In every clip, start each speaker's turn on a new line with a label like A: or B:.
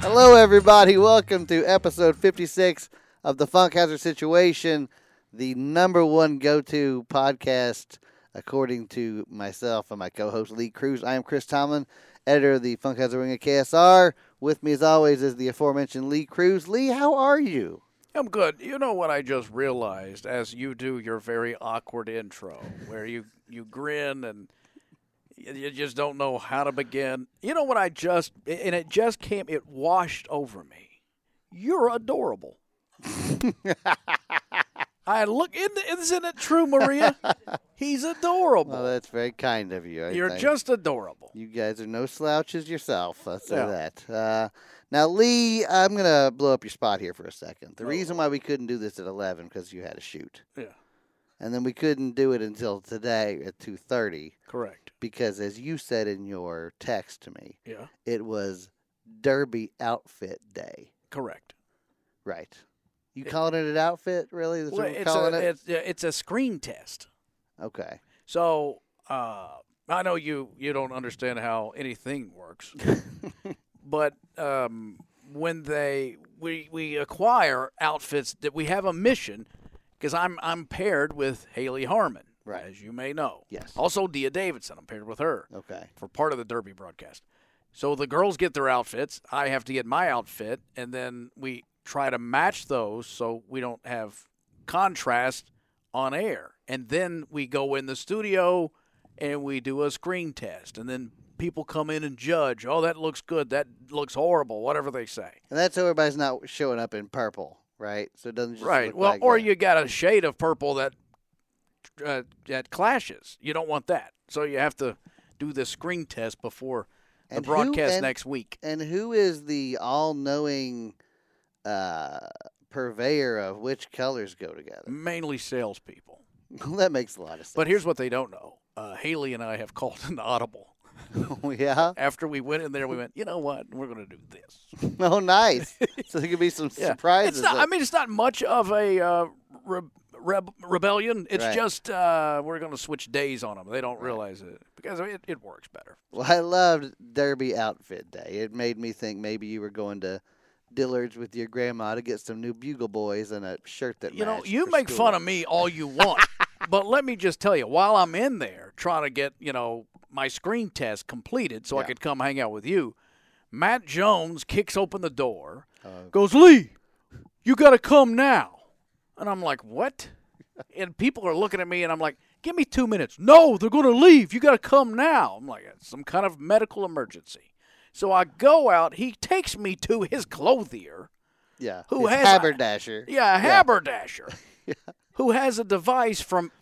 A: Hello, everybody. Welcome to episode 56 of the Funk Hazard Situation, the number one go to podcast, according to myself and my co host Lee Cruz. I am Chris Tomlin, editor of the Funk Hazard Ring of KSR. With me, as always, is the aforementioned Lee Cruz. Lee, how are you?
B: I'm good. You know what I just realized as you do your very awkward intro, where you you grin and y- you just don't know how to begin. You know what I just and it just came. It washed over me. You're adorable. I look. Isn't isn't it true, Maria? He's adorable.
A: Well, that's very kind of you. I
B: You're
A: think.
B: just adorable.
A: You guys are no slouches yourself. I'll say
B: Yeah.
A: that. Uh, now, Lee, I'm going to blow up your spot here for a second. The
B: Oh.
A: reason why we couldn't do this at 11 because you had a shoot.
B: Yeah.
A: And then we couldn't do it until today at 2.30
B: Correct.
A: because, as you said in your text to me,
B: Yeah.
A: it was Derby Outfit Day.
B: Correct.
A: Right. You
B: It-
A: calling it an outfit, really? That's
B: Well,
A: what we're
B: it's
A: calling
B: a,
A: it?
B: It's, it's a screen test.
A: Okay.
B: So uh, I know you you don't understand how anything works, but um, when they we we acquire outfits that we have a mission because I'm I'm paired with Haley Harmon,
A: Right.
B: as you may know.
A: Yes.
B: Also Dia Davidson, I'm paired with her
A: Okay.
B: for part of the Derby broadcast. So the girls get their outfits. I have to get my outfit, and then we try to match those so we don't have contrast on air. And then we go in the studio and we do a screen test, and then people come in and judge. Oh, that looks good. That looks horrible. Whatever they say.
A: And that's how everybody's not showing up in purple, right? So it doesn't just
B: right.
A: look
B: Well,
A: like
B: or
A: a-
B: you got a shade of purple that uh, that clashes. You don't want that. So you have to do the screen test before the
A: And who-
B: broadcast
A: and-
B: next week.
A: And who is the all-knowing uh, purveyor of which colors go together?
B: mainly salespeople.
A: Well, that makes a lot of sense.
B: But here's what they don't know: uh, Haley and I have called an audible.
A: yeah.
B: After we went in there, we went, you know what? We're going to do this.
A: Oh, nice. so there could be some
B: Yeah.
A: surprises.
B: It's not.
A: that-
B: I mean, it's not much of a uh, re- reb- rebellion. It's
A: Right.
B: just uh, we're going to switch days on them. They don't realize it because it, it works better.
A: well, I loved Derby Outfit Day. It made me think maybe you were going to Dillard's with your grandma to get some new bugle boys and a shirt that
B: You know,
A: matched
B: you
A: for
B: make
A: school.
B: fun of me all you want, but let me just tell you: while I'm in there trying to get you know my screen test completed, so I
A: Yeah.
B: could come hang out with you, Matt Jones kicks open the door.
A: Oh,
B: goes, Lee, you got to come now. And I'm like, what? And people are looking at me, and I'm like, give me two minutes. No, they're going to leave. You got to come now. I'm like, it's some kind of medical emergency. So I go out. He takes me to his clothier,
A: yeah.
B: who
A: His
B: has a-
A: haberdasher?
B: yeah, a haberdasher, who has a device from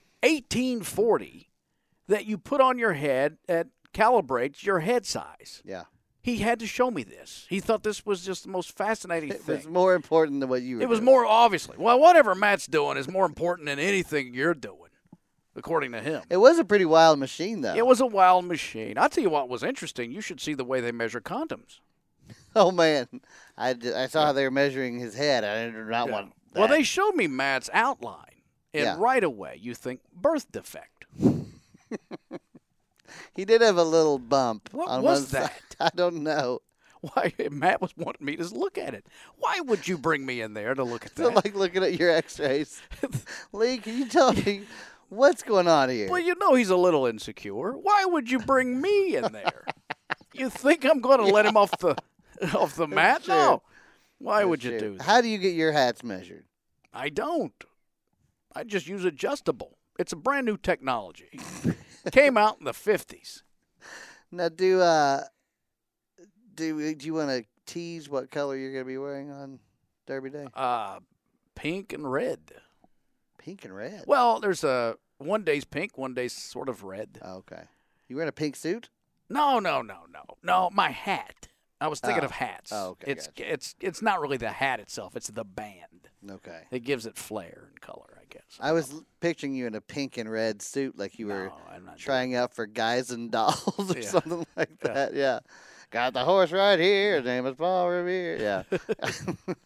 B: 1840 that you put on your head that calibrates your head size.
A: yeah.
B: He had to show me this. He thought this was just the most fascinating
A: It
B: thing.
A: was more important than what you. Were
B: It was
A: doing.
B: more obviously. Well, whatever Matt's doing is more important than anything you're doing, according to him.
A: It was a pretty wild machine, though.
B: It was a wild machine. I'll tell you what was interesting. You should see the way they measure condoms.
A: Oh man, I, d- I saw how they were measuring his head. I did not want. That.
B: Well, they showed me Matt's outline, and
A: Yeah.
B: right away you think birth defect.
A: he did have a little bump.
B: What
A: on
B: was
A: one side. I don't know.
B: Why Matt was wanting me to look at it. Why would you bring me in there to look at
A: So
B: that?
A: like looking at your X-rays. Lee, can you tell me what's going on here?
B: well, you know he's a little insecure. Why would you bring me in there? you think I'm going to let him off the off the mat?
A: Sure.
B: No. Why would you
A: Shoot.
B: do that?
A: How do you get your hats measured?
B: I don't. I just use adjustable. It's a brand new technology. Came out in the 50s.
A: Now, do uh, do do you want to tease what color you're going to be wearing on Derby Day?
B: Uh, pink and red.
A: Pink and red.
B: Well, there's a one day's pink, one day's sort of red.
A: Oh, okay. You wearing a pink suit?
B: No, no, no, no, no. My hat. I was thinking
A: Oh.
B: of hats.
A: Oh, okay,
B: It's it's it's not really the hat itself. It's the band.
A: Okay.
B: It gives it flair and color, I guess.
A: I was l- picturing you in a pink and red suit, like you were
B: no, I'm not doing-
A: trying out for guys and dolls or
B: Yeah.
A: something like
B: Yeah.
A: that. Yeah. Got the horse right here. His name is Paul Revere. Yeah.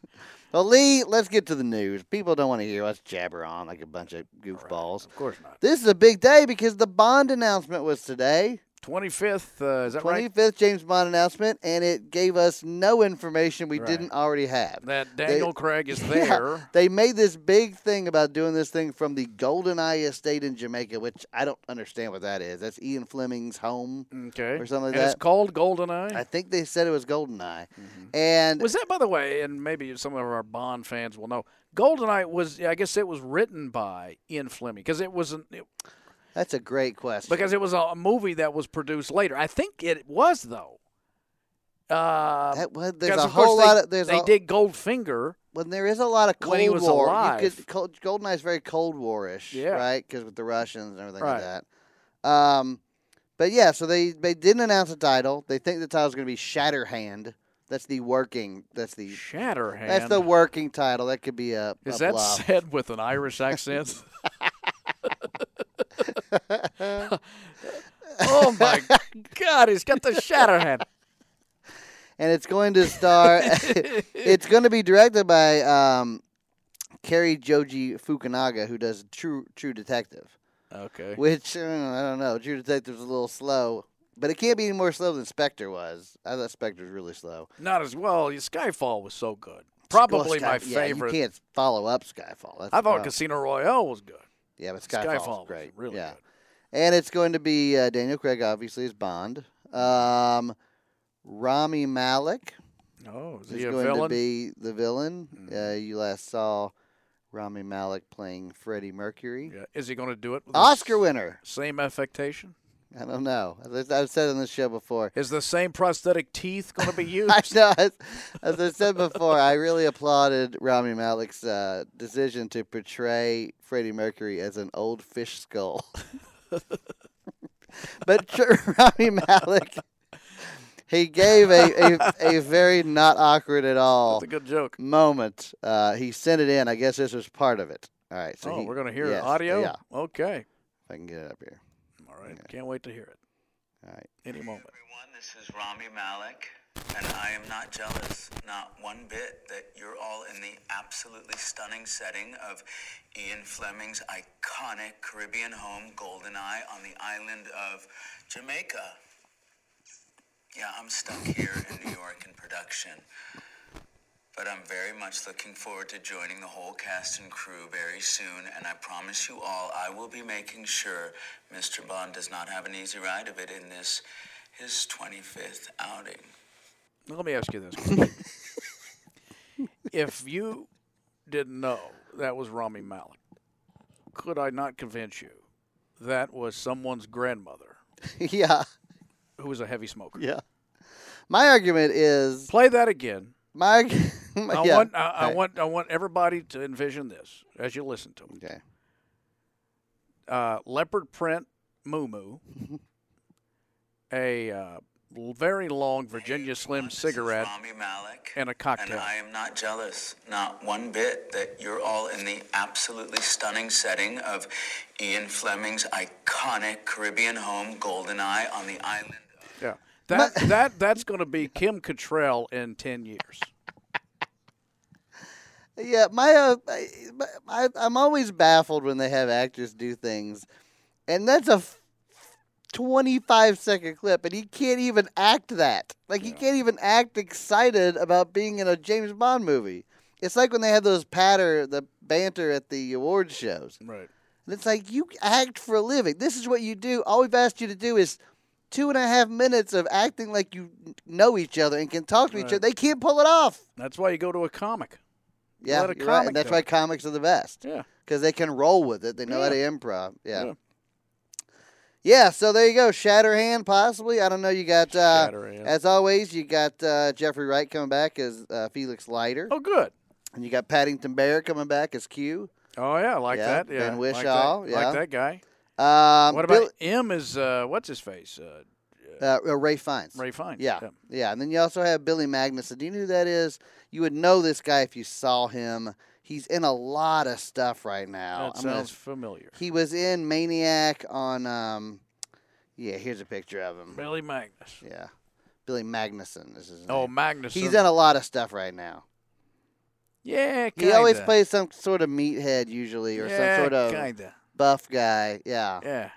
A: well, Lee, let's get to the news. People don't want to hear us jabber on like a bunch of
B: Right,
A: goofballs.
B: Of course not.
A: This is a big day because the bond announcement was today.
B: 25th, uh, is that right?
A: 25th James Bond announcement, and it gave us no information we
B: Right.
A: didn't already have.
B: That Daniel Craig is
A: Yeah.
B: there.
A: They made this big thing about doing this thing from the GoldenEye estate in Jamaica, which I don't understand what that is. That's Ian Fleming's home
B: Okay.
A: or something like
B: and it's
A: that.
B: called GoldenEye.
A: I think they said it was GoldenEye.
B: Mhm.
A: And
B: Was that, by the way, and maybe some of our Bond fans will know, GoldenEye was, I guess it was written by Ian Fleming because it wasn't, it,
A: that's a great question.
B: because it was a movie that was produced later. I think it was, though. Uh,
A: that, well, there's
B: 'cause,
A: a
B: of course,
A: whole
B: they-
A: lot of there's
B: they
A: a,
B: did Goldfinger.
A: when there is a lot of Cold
B: when he was
A: War.
B: alive.
A: You could Cold, GoldenEye's very Cold Warish,
B: Yeah.
A: right? Because with the Russians and everything
B: Right.
A: like that. Um, but yeah, so they they didn't announce a title. They think the title's going to be Shatterhand. That's the working. That's the
B: Shatterhand.
A: that's the working title. That could be a,
B: Is
A: a
B: that
A: bluff.
B: said with an Irish accent? oh my God, he's got the Shatterhand.
A: and it's going to star. it's going to be directed by um, Kerry Joji Fukunaga, who does True True Detective.
B: okay.
A: Which uh, I don't know. True Detective's a little slow, but it can't be any more slow than Spectre was. I thought Spectre was really slow.
B: Not as well. Skyfall was so good. Probably
A: Well,
B: my
A: Sky- yeah,
B: favorite.
A: You can't follow up Skyfall. That's
B: I
A: the
B: thought
A: problem.
B: Casino Royale was good.
A: yeah, but Skyfall's
B: Skyfall was
A: great.
B: really
A: yeah,
B: good.
A: and it's going to be uh, Daniel Craig, obviously, as Bond. Um, Rami Malik
B: Oh, is
A: is
B: he a
A: going to
B: villain?
A: be the villain.
B: Mhm.
A: Uh, you last saw Rami Malik playing Freddie Mercury,
B: Yeah. Is he going to do it? With the
A: Oscar
B: s-
A: winner.
B: Same affectation?
A: I don't know. As I- I've said on this show before.
B: Is the same prosthetic teeth going to be used?
A: I know. As, as I said before, I really applauded Rami Malek's uh, decision to portray Freddie Mercury as an old fish skull. but tr- Rami Malek, he gave a, a, a very not awkward at all
B: That's a good joke.
A: moment. Uh, he sent it in. I guess this was part of it. All right. So
B: oh,
A: he-
B: we're going to hear
A: yes,
B: audio?
A: Yeah.
B: Okay.
A: If I can get it up here.
B: All right.
A: Yeah.
B: Can't wait to hear it
A: All right.
B: any moment.
C: everyone, this is Rami Malik, and I am not jealous, not one bit, that you're all in the absolutely stunning setting of Ian Fleming's iconic Caribbean home, Goldeneye, on the island of Jamaica. Yeah, I'm stuck here in New York in production. But I'm very much looking forward to joining the whole cast and crew very soon, and I promise you all I will be making sure Mr. Bond does not have an easy ride of it in this his 25th outing.
B: Now, Let me ask you this. question. if you didn't know that was Rami Malek, could I not convince you that was someone's grandmother
A: yeah.
B: who was a heavy smoker?
A: Yeah. My argument is
B: Play that again.
A: my.
B: I
A: yeah.
B: want I, I
A: Hey.
B: want I want everybody to envision this as you listen to it.
A: Okay.
B: Uh, leopard print moo moo, a uh, l- very long Virginia Slim
C: This is
B: cigarette,
C: Rami Malek.
B: and a cocktail.
C: And I am not jealous, not one bit, that you're all in the absolutely stunning setting of Ian Fleming's iconic Caribbean home, Goldeneye, on the island of.
B: yeah. That that that's going to be Kim Cattrall in ten years.
A: Yeah, my, uh, I, I, I'm always baffled when they have actors do things, and that's a f- 25 second clip, and he can't even act that. Like he can't even act excited about being in a James Bond movie. It's like when they have those patter, the banter at the award shows,
B: Right.
A: and it's like you act for a living. This is what you do. All we've asked you to do is two and a half minutes of acting like you know each other and can talk to each
B: Right.
A: other. They can't pull it off.
B: That's why you go to a comic.
A: Yeah,
B: Let a
A: you're right.
B: comic
A: And that's
B: do
A: why
B: it.
A: comics are the best
B: Yeah.
A: because they can roll with it. They know how to
B: Yeah.
A: improv. Yeah.
B: Yeah.
A: yeah. so there you go. Shatterhand, possibly. I don't know. You got, uh,
B: Shatterhand.
A: as always, you got uh, Jeffrey Wright coming back as uh, Felix Leiter.
B: Oh, good.
A: And you got Paddington Bear coming back as Q.
B: Oh yeah, I like
A: Yeah,
B: that. Yeah.
A: Ben
B: like that-
A: Whishaw,
B: Like that,
A: yeah.
B: guy.
A: Um,
B: what about M? Is uh, what's his face? Uh,
A: uh, uh, Ray Fiennes?
B: Ray Fiennes.
A: Yeah. Oh, yeah. And then you also have Billy Magnuson. Do you know who that is? You would know this guy if you saw him. He's in a lot of stuff right now.
B: That
A: I'm gonna
B: sounds familiar.
A: He was in Maniac on. Um, yeah, here's a picture of him.
B: Billy Magnus.
A: Yeah, Billy Magnuson. This is his
B: Oh,
A: name.
B: Magnus.
A: he's in a lot of stuff right now.
B: Yeah,
A: He
B: kinda.
A: always plays some sort of meathead usually, or
B: yeah,
A: some sort of
B: kinda.
A: buff guy. Yeah.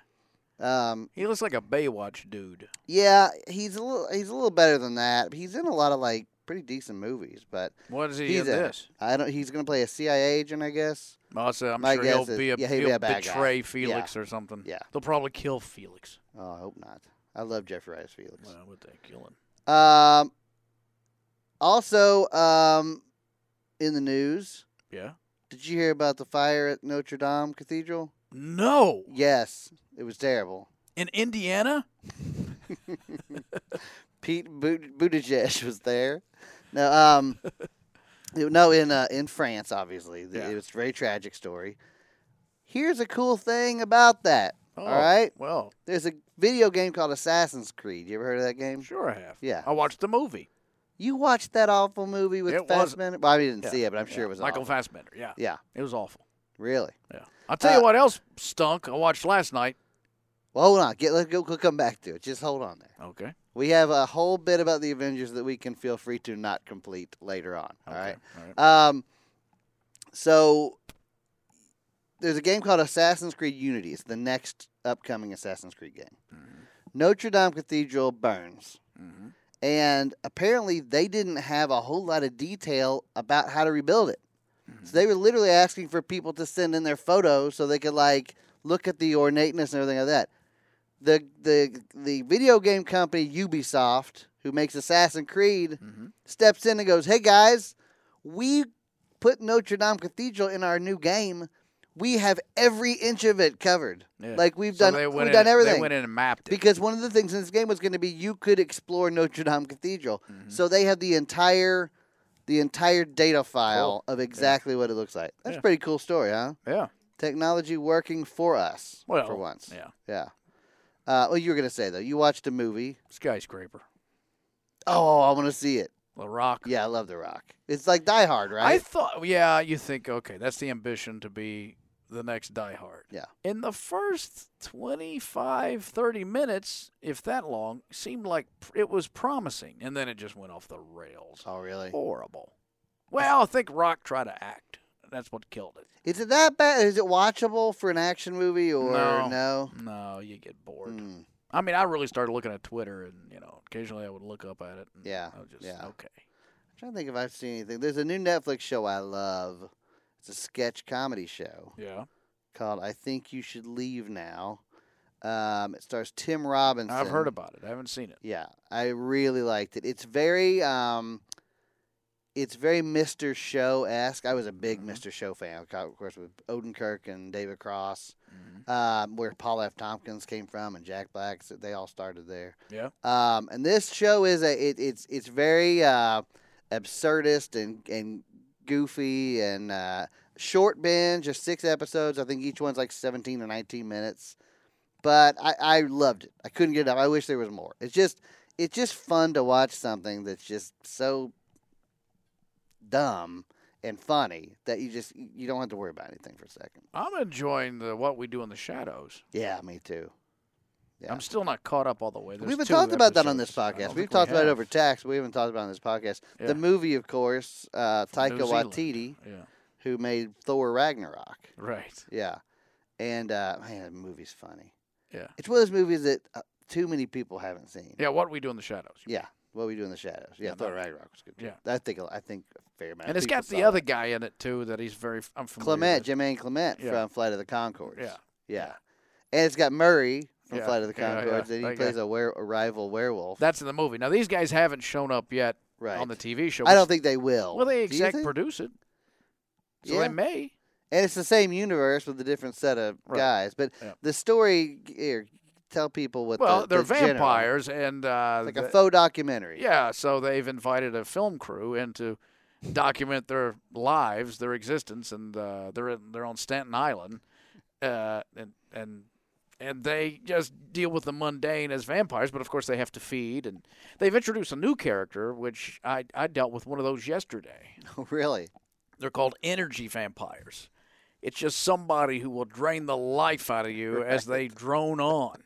B: Yeah.
A: Um,
B: He looks like a Baywatch dude.
A: yeah, he's a little he's a little better than that. He's in a lot of like pretty decent movies, but
B: What is he
A: he's
B: in
A: a-
B: this?
A: I don't. He's gonna play a CIA agent, I guess.
B: Well, I said, I'm
A: My
B: sure he'll
A: guess is-
B: be a,
A: yeah, he'll be a bad guy.
B: betray Felix or something.
A: Yeah.
B: They'll probably kill Felix.
A: Oh, I hope not. I love Jeffrey Rice Felix.
B: Well, would they kill him?
A: Um, also, um, in the news,
B: Yeah.
A: did you hear about the fire at Notre Dame Cathedral?
B: No.
A: Yes, it was terrible.
B: In Indiana?
A: Pete Buttig- Buttigieg was there. No, um, it- no, in uh, in France, obviously, The-
B: Yeah.
A: it was a very tragic story. Here's a cool thing about that.
B: Oh,
A: All right,
B: Well,
A: there's a video game called Assassin's Creed. You ever heard of that game?
B: sure I have.
A: Yeah.
B: I watched the movie.
A: You watched that awful movie with
B: It was-
A: Fassbender? Well, I didn't
B: Yeah,
A: see it, but I'm
B: Yeah,
A: sure it was
B: Michael
A: awful.
B: Fassbender. Yeah.
A: yeah,
B: It was awful.
A: really.
B: Yeah. I'll tell
A: Uh,
B: you what else stunk. I watched last night.
A: Well, hold on. Get let's go. We'll come back to it. Just hold on there.
B: Okay.
A: We have a whole bit about the Avengers that we can feel free to not complete later on. All right.
B: All right.
A: Um, so there's a game called Assassin's Creed Unity. It's the next upcoming Assassin's Creed game. Notre Dame Cathedral burns,
B: hmm
A: and apparently they didn't have a whole lot of detail about how to rebuild it.
B: Mm-hmm.
A: So they were literally asking for people to send in their photos so they could like look at the ornateness and everything like that. The the the video game company Ubisoft, who makes Assassin's Creed,
B: hmm
A: steps in and goes, "Hey guys, we put Notre Dame Cathedral in our new game. We have every inch of it covered.
B: Yeah.
A: Like we've
B: So
A: done,
B: they
A: we've
B: went in,
A: done
B: They
A: everything."
B: went in and mapped it.
A: because one of the things in this game was going to be you could explore Notre Dame Cathedral,
B: Mhm.
A: so they have the entire, the entire data file of exactly what it looks like. That's
B: Oh, Yeah.
A: a pretty cool story, huh?
B: yeah.
A: Technology working for us
B: Well,
A: for once.
B: Yeah.
A: yeah. Uh, well, you were gonna say though, you watched a movie.
B: Skyscraper.
A: Oh, I want to see it.
B: The Rock.
A: Yeah, I love The Rock. It's like Die Hard, right?
B: I thought, yeah, you think, okay, that's the ambition to be the next Die Hard.
A: Yeah.
B: In the first 25, 30 minutes, if that long, seemed like pr- it was promising. And then it just went off the rails.
A: Oh, really?
B: Horrible. Well, I think Rock tried to act. That's what killed it.
A: Is it that bad? Is it watchable for an action movie or
B: No.
A: no?
B: No, you get bored.
A: Mm,
B: I mean, I really started looking at Twitter, and, you know, occasionally I would look up at it. And
A: Yeah,
B: I was just,
A: yeah.
B: okay.
A: I'm trying to think if I've seen anything. There's a new Netflix show I love. It's a sketch comedy show
B: Yeah.
A: called "I Think You Should Leave Now." Um, it stars Tim Robinson.
B: I've heard about it. I haven't seen it.
A: Yeah, I really liked it. It's very, um, it's very Mr. Show esque. I was a big
B: Mhm.
A: Mr. Show fan, of course, with Odenkirk and David Cross.
B: Mhm.
A: um, where Paul F. Tompkins came from and Jack Black. So they all started there.
B: Yeah.
A: Um, and this show is a it, it's it's very uh, absurdist and and goofy and uh, short binge. Just six episodes. I think each one's like seventeen or nineteen minutes. But I, I loved it. I couldn't get it up. I wish there was more. It's just it's just fun to watch something that's just so dumb and funny that you just you don't have to worry about anything for a second.
B: I'm enjoying the What We Do in the Shadows.
A: Yeah, me too. Yeah.
B: I'm still not caught up all the way. There's
A: we haven't
B: two
A: talked about that on this
B: episodes. I don't
A: podcast.
B: think
A: We've
B: we
A: talked about
B: have.
A: it over text. We haven't talked about it on this podcast.
B: Yeah.
A: The movie, of course, uh, Taika
B: New Zealand.
A: Waititi,
B: Yeah,
A: who made Thor Ragnarok.
B: right.
A: Yeah, and uh, man, the movie's funny.
B: Yeah.
A: it's one of those movies that uh, too many people haven't seen.
B: Yeah, what we do in the shadows.
A: Yeah, what we do in the shadows. Yeah,
B: Yeah,
A: Thor
B: no.
A: Ragnarok was good.
B: Yeah.
A: I think I think a fair amount. of
B: and it's got
A: people
B: the
A: saw
B: other
A: that.
B: guy in it too that he's very. I'm familiar.
A: Clement,
B: with.
A: Jermaine Clement
B: Yeah.
A: from Flight of the Concords.
B: Yeah.
A: yeah, and it's got Murray from
B: Yeah.
A: Flight of the
B: Yeah, yeah.
A: Concords, and he
B: That guy.
A: plays a, were- a rival werewolf.
B: That's in the movie. Now these guys haven't shown up yet
A: right
B: on the TV show.
A: I don't
B: which-
A: think they will.
B: Well, they
A: Do you
B: exec
A: think?
B: produce it, so
A: Yeah.
B: they may.
A: and it's the same universe with a different set of
B: Right.
A: guys. But
B: Yeah.
A: the story here, tell people what.
B: Well,
A: the,
B: they're
A: the general-
B: vampires, and uh,
A: It's like a
B: the-
A: faux documentary.
B: yeah. So they've invited a film crew in to document their lives, their existence, and uh, they're in, they're on Staten Island, uh, and and and they just deal with the mundane as vampires. But of course, they have to feed, and they've introduced a new character, which I I dealt with one of those yesterday.
A: really.
B: They're called energy vampires. It's just somebody who will drain the life out of you as they drone on.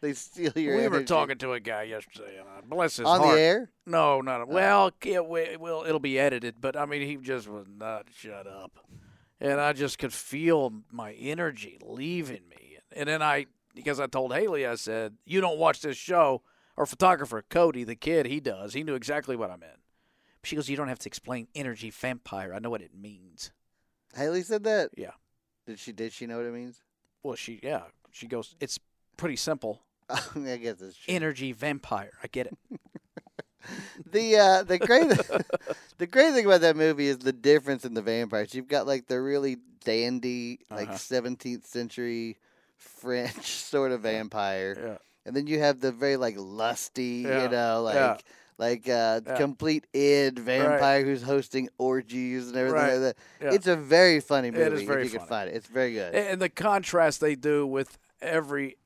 A: They steal your.
B: we were
A: energy.
B: talking to a guy yesterday, and uh, bless his
A: on
B: heart.
A: the air.
B: No, not at- well. Yeah, we, well, it'll be edited, but I mean, he just was not shut up, and I just could feel my energy leaving me, and then I because I told Haley, I said, "You don't watch this show." Our photographer Cody, the kid, he does. He knew exactly what I meant. She goes, "You don't have to explain energy vampire. I know what it means."
A: Haley said that.
B: Yeah.
A: Did she? Did she know what it means?
B: Well, she yeah, she goes, "It's pretty simple.
A: I guess it's true.
B: Energy vampire. I get it."
A: the uh, the great the great thing about that movie is the difference in the vampires. You've got like the really dandy like
B: Uh-huh.
A: 17th century French sort of vampire,
B: Yeah.
A: and then you have the very like lusty,
B: Yeah.
A: you know, like.
B: Yeah.
A: Like uh,
B: Yeah.
A: complete id vampire who's hosting orgies and everything
B: Right.
A: like that.
B: Yeah.
A: It's a very funny
B: It is
A: movie.
B: very
A: if you can
B: funny.
A: find it, it's very good.
B: and the contrast they do with every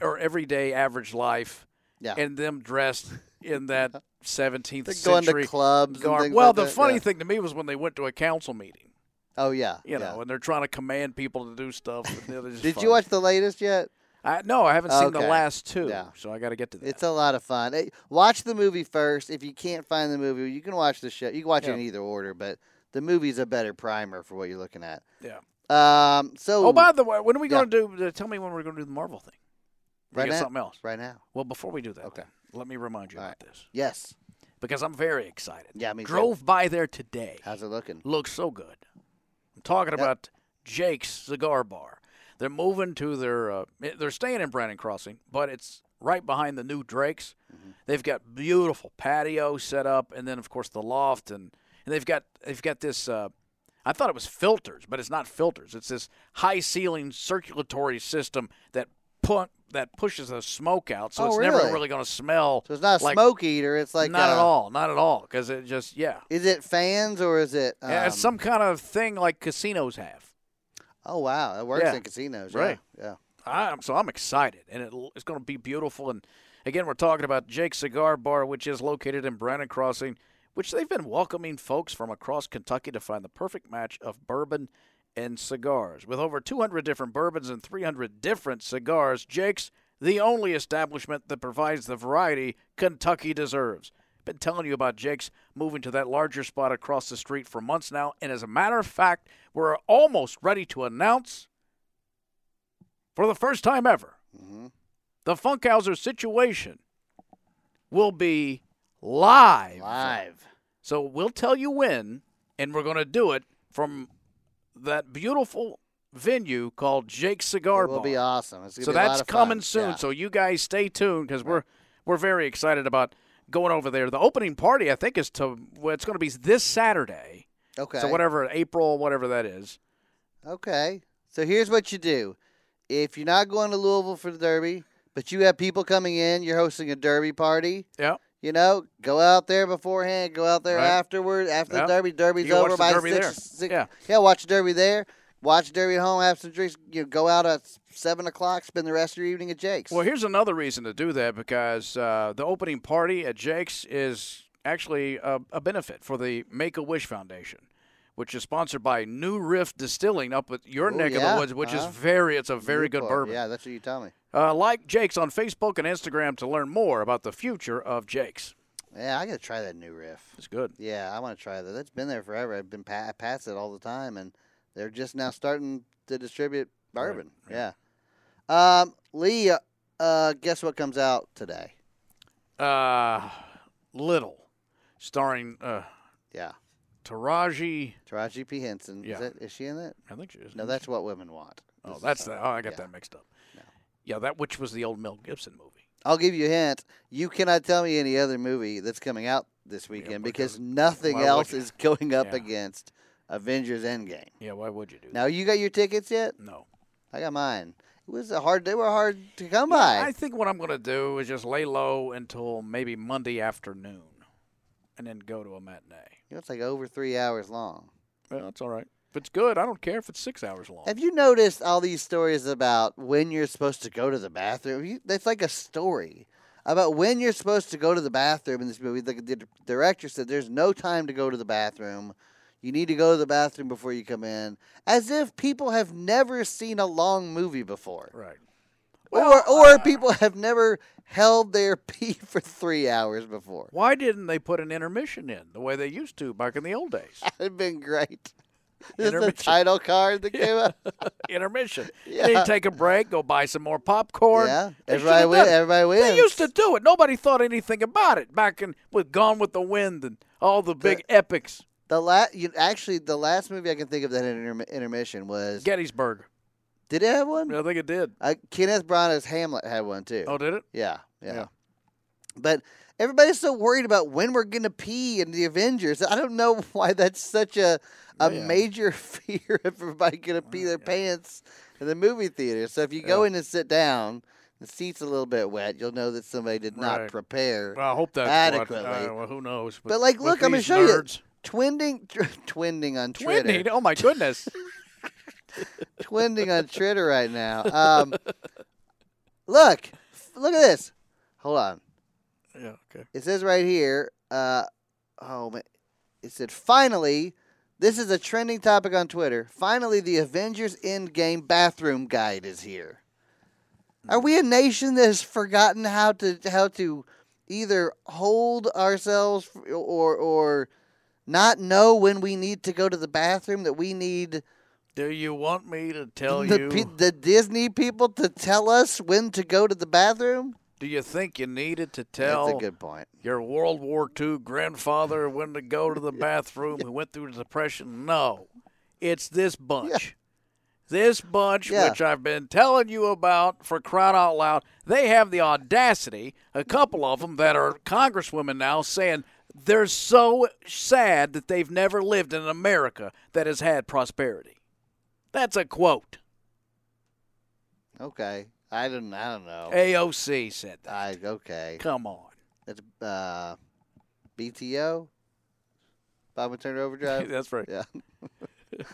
B: or everyday average life
A: Yeah.
B: and them dressed in that 17th
A: They're going
B: century
A: to clubs.
B: garb.
A: and things
B: well
A: like
B: the
A: that,
B: funny
A: yeah.
B: thing to me was when they went to a council meeting
A: Oh yeah, yeah.
B: you know and they're trying to command people to do stuff and it's just
A: Did
B: funny.
A: you watch the latest yet?
B: I, no i haven't seen the
A: Okay.
B: last two
A: Yeah.
B: so i got to get to that
A: It's a lot of fun. Eh, Watch the movie first. If you can't find the movie, you can watch the show. You can watch
B: Yeah.
A: it in either order, but the movie's a better primer for what you're looking at.
B: Yeah.
A: Um. So.
B: oh by the way when are we
A: Yeah.
B: going to do uh, tell me when we're going to do the marvel thing We
A: Right
B: got
A: now?
B: something else
A: right now.
B: well before we do that
A: Okay.
B: let me remind you
A: All
B: about this
A: Yes.
B: because i'm very excited
A: Yeah, me too.
B: drove by there today
A: How's it looking?
B: looks so good. I'm talking about Jake's Cigar Bar. They're moving to their uh, they're staying in Brandon Crossing, but it's right behind the new Drake's.
A: Mm-hmm.
B: They've got beautiful patio set up, and then of course the loft, and, and they've got they've got this. Uh, I thought it was filters, but it's not filters. It's this high ceiling circulatory system that pu- that pushes the smoke out, so
A: Oh,
B: it's never
A: really?
B: really going to smell.
A: So it's not a
B: like-
A: smoke eater. It's like uh,
B: not at
A: a-
B: all, not at all, because it just yeah.
A: Is it fans or is it? Um,
B: Yeah, it's some kind of thing like casinos have.
A: Oh wow, it works
B: Yeah.
A: in casinos.
B: Right.
A: Yeah. yeah.
B: I'm, so I'm excited, and it, it's going to be beautiful. And again, we're talking about Jake's Cigar Bar, which is located in Brandon Crossing, which they've been welcoming folks from across Kentucky to find the perfect match of bourbon and cigars. With over 200 different bourbons and 300 different cigars, Jake's the only establishment that provides the variety Kentucky deserves. Been telling you about Jake's moving to that larger spot across the street for months now, and as a matter of fact, we're almost ready to announce for the first time ever,
A: Mm-hmm.
B: the Funkhauser situation will be live.
A: Live.
B: So we'll tell you when, and we're going to do it from that beautiful venue called Jake's Cigar
A: It will
B: Bar.
A: be awesome. It's gonna
B: so
A: be a lot
B: that's
A: of fun.
B: coming soon.
A: Yeah.
B: So you guys stay tuned because we're we're very excited about going over there. The opening party, I think, is to well, it's going to be this Saturday.
A: okay.
B: So whatever April, whatever that is.
A: Okay. So here's what you do. If you're not going to Louisville for the Derby, but you have people coming in, you're hosting a Derby party,
B: Yeah.
A: you know, go out there beforehand, go out there
B: Right.
A: afterward. After
B: Yeah.
A: the Derby, Derby's
B: You can watch
A: over
B: the
A: by
B: Derby
A: six,
B: there.
A: six-
B: Yeah.
A: watch the Derby there. Watch Derby at home, have some drinks. You know, go out at seven o'clock, spend the rest of your evening at Jake's.
B: Well, here's another reason to do that because uh, the opening party at Jake's is actually a, a benefit for the Make a Wish Foundation, which is sponsored by New Rift Distilling up at your
A: Ooh,
B: neck of
A: yeah,
B: the woods, which
A: uh-huh.
B: is very it's a very good
A: Newport.
B: bourbon.
A: oh, Yeah, that's what you tell me.
B: Uh, like Jake's on Facebook and Instagram to learn more about the future of Jake's.
A: Yeah, I gotta try that new riff.
B: It's good.
A: Yeah, I want to try that. That's been there forever. I've been pa- I pass it all the time, and they're just now starting to distribute bourbon. Yeah. Um, Lee, uh, uh, guess what comes out today?
B: Uh, Little, starring uh,
A: Yeah,
B: Taraji.
A: Taraji P Henson.
B: Yeah.
A: Is, that, is she in it?
B: I think she is.
A: No, that's what women want.
B: oh,
A: This-
B: that's the, oh, I got
A: yeah.
B: that mixed up. Yeah, that which was the old Mel Gibson movie.
A: I'll give you a hint. You cannot tell me any other movie that's coming out this weekend
B: we're
A: because nothing
B: why would
A: else
B: you?
A: is going up
B: Yeah.
A: against Avengers Endgame.
B: Yeah, why would you do
A: Now, you got your tickets yet?
B: that? No.
A: I got mine. It was a hard. They were hard to come by.
B: I think what I'm going to do is just lay low until maybe Monday afternoon and then go to a matinee.
A: You know, it's like over three hours long.
B: Well, that's all right. If it's good, I don't care if it's six hours long.
A: Have you noticed all these stories about when you're supposed to go to the bathroom? You, that's like a story about when you're supposed to go to the bathroom in this movie. The, the director said there's no time to go to the bathroom. You need to go to the bathroom before you come in, as if people have never seen a long movie before,
B: Right.
A: or or
B: uh,
A: people have never held their pee for three hours before.
B: Why didn't they put an intermission in the way they used to back in the old days?
A: It'd been great. This is the
B: Intermission.
A: title card that came up.
B: intermission.
A: Yeah.
B: Then you take a break, go buy some more popcorn.
A: Yeah.
B: They
A: Everybody
B: should've
A: win-
B: done it.
A: everybody
B: They
A: wins.
B: used to do it. Nobody thought anything about it back in with Gone with the Wind and all the big epics.
A: The last, you, actually, the last movie I can think of that had intermi- intermission was.
B: Gettysburg.
A: did it have one?
B: I think it did.
A: Uh, Kenneth Branagh's Hamlet had one too.
B: Oh, did it?
A: Yeah, yeah.
B: Yeah.
A: But everybody's so worried about when we're gonna pee in the Avengers. I don't know why that's such a a
B: Yeah.
A: major fear of everybody gonna pee their pants in the movie theater. So if you go in and sit down, the seat's a little bit wet, you'll know that somebody did not
B: Right.
A: prepare.
B: Well, I hope that's what-
A: Adequately.
B: uh, well, who knows?
A: but like, look, I'm gonna
B: going to
A: show
B: nerds,
A: you twinding, twinding on Twitter.
B: Twinning. Oh my goodness.
A: twinding on Twitter right now. Um, look, look at this. Hold on.
B: yeah. Okay.
A: It says right here. Uh, oh man, it said finally. This is a trending topic on Twitter. Finally, the Avengers Endgame bathroom guide is here. Are we a nation that has forgotten how to how to either hold ourselves f- or or not know when we need to go to the bathroom that we need
B: Do you want me to tell
A: the,
B: you?
A: pe- the Disney people to tell us when to go to the bathroom?
B: do you think you needed to tell?
A: That's a good point.
B: your World War II grandfather when to go to the bathroom who went through the Depression. No, it's this bunch. This bunch,
A: Yeah.
B: which I've been telling you about for Crowd Out Loud, they have the audacity, a couple of them that are congresswomen now, saying they're so sad that they've never lived in an America that has had prosperity. That's a quote.
A: Okay, I don't. I don't know.
B: AOC said that.
A: Oh. I okay.
B: Come on.
A: That's uh, BTO. Bob and Turner Overdrive.
B: That's right.
A: yeah.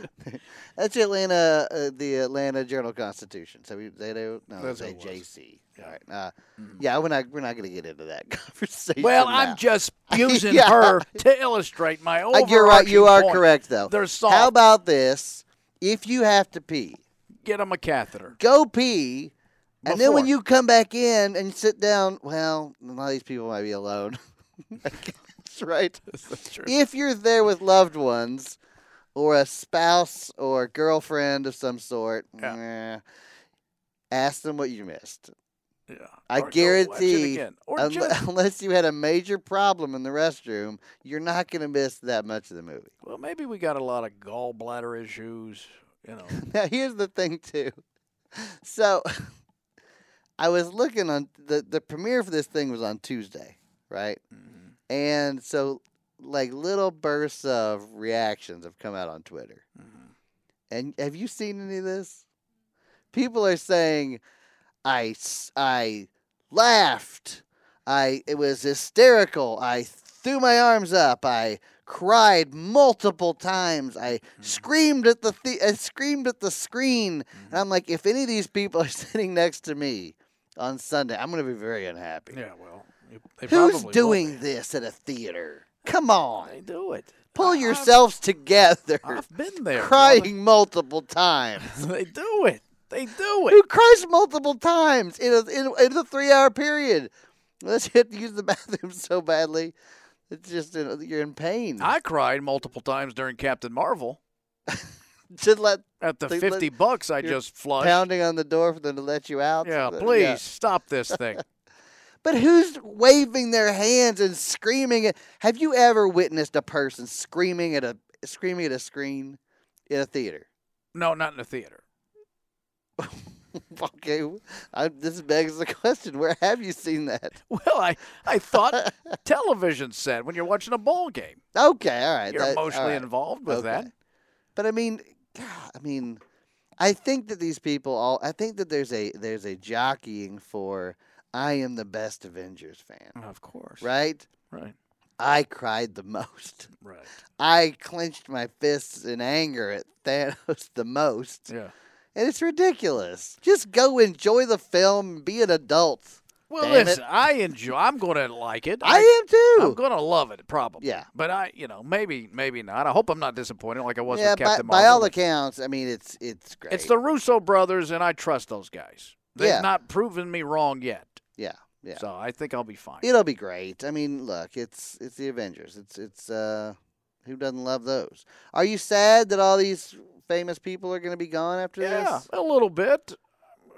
A: That's the Atlanta, uh, the Atlanta Journal Constitution. So we, they don't. No,
B: That's
A: they say
B: what it was. Mm-hmm.
A: JC. All right. Uh, Yeah, we're not. We're not going to get into that conversation.
B: Well,
A: now.
B: I'm just using
A: Yeah.
B: her to illustrate my
A: Uh,
B: overarching
A: You're right. You are
B: point.
A: correct, though.
B: They're
A: How
B: soft.
A: about this? If you have to pee,
B: Get them a catheter.
A: go pee, and then when
B: Before.
A: you come back in and sit down, well, a lot of these people might be alone. That's right. If you're there with loved ones or a spouse or a girlfriend of some sort, eh, ask them what you missed.
B: Yeah.
A: I
B: Or go watch it
A: guarantee,
B: again. Or
A: unle-
B: just-
A: unless you had a major problem in the restroom, you're not going to miss that much of the movie.
B: well, maybe we got a lot of gallbladder issues. You know,
A: Now here's the thing too. So I was looking on the the premiere for this thing was on Tuesday, right?
B: Mm-hmm.
A: And so like little bursts of reactions have come out on Twitter. And have you seen any of this? People are saying I s- I laughed. I it was hysterical. I threw my arms up. I cried multiple times. I screamed at the, the I screamed at the screen. And I'm like, if any of these people are sitting next to me on Sunday, I'm gonna be very unhappy.
B: yeah. Well, they- they
A: Who's
B: probably will
A: doing
B: be.
A: this at a theater? Come on,
B: They do it.
A: pull
B: I- I've-
A: yourselves together.
B: I've, been there.
A: Crying multiple times.
B: brother. they do it. They
A: Who
B: do it.
A: cries multiple times in a in, in a three hour period? Unless you have to use the bathroom so badly, it's just you know, you're in pain.
B: I cried multiple times during Captain Marvel
A: Should let
B: at the
A: They let-
B: fifty bucks I
A: you're
B: just flushed.
A: pounding on the door for them to let you out.
B: yeah,
A: Uh,
B: please stop this thing.
A: But who's waving their hands and screaming? At, have you ever witnessed a person screaming at a screaming at a screen in a theater?
B: No, not in the theater.
A: okay, I, this begs the question: Where have you seen that?
B: Well, I, I thought television said when you're watching a ball game,
A: Okay, all right,
B: you're
A: that- all
B: emotionally
A: right.
B: involved with
A: Okay.
B: that.
A: But I mean, God, I mean, I think that these people all. I think that there's a there's a jockeying for I am the best Avengers fan,
B: Oh, Of course.
A: right?
B: Right.
A: I cried the most.
B: Right.
A: I clenched my fists in anger at Thanos the most,
B: Yeah.
A: and it's ridiculous. Just go enjoy the film, be an adult.
B: Well,
A: Damn it.
B: listen, I enjoy. I'm going to like it.
A: I am too.
B: I'm going to love it, probably.
A: Yeah.
B: But I, you know, maybe, maybe not. I hope I'm not disappointed like I was
A: yeah,
B: with
A: by,
B: Captain
A: by all
B: Marvel.
A: accounts, I mean it's it's great.
B: it's the Russo brothers, and I trust those guys. They've
A: Yeah.
B: not proven me wrong yet,
A: yeah yeah.
B: so I think I'll be fine.
A: It'll be great. I mean, look, it's it's the Avengers. It's it's uh Who doesn't love those? Are you sad that all these famous people are going to be gone after
B: Yeah,
A: this?
B: a little bit.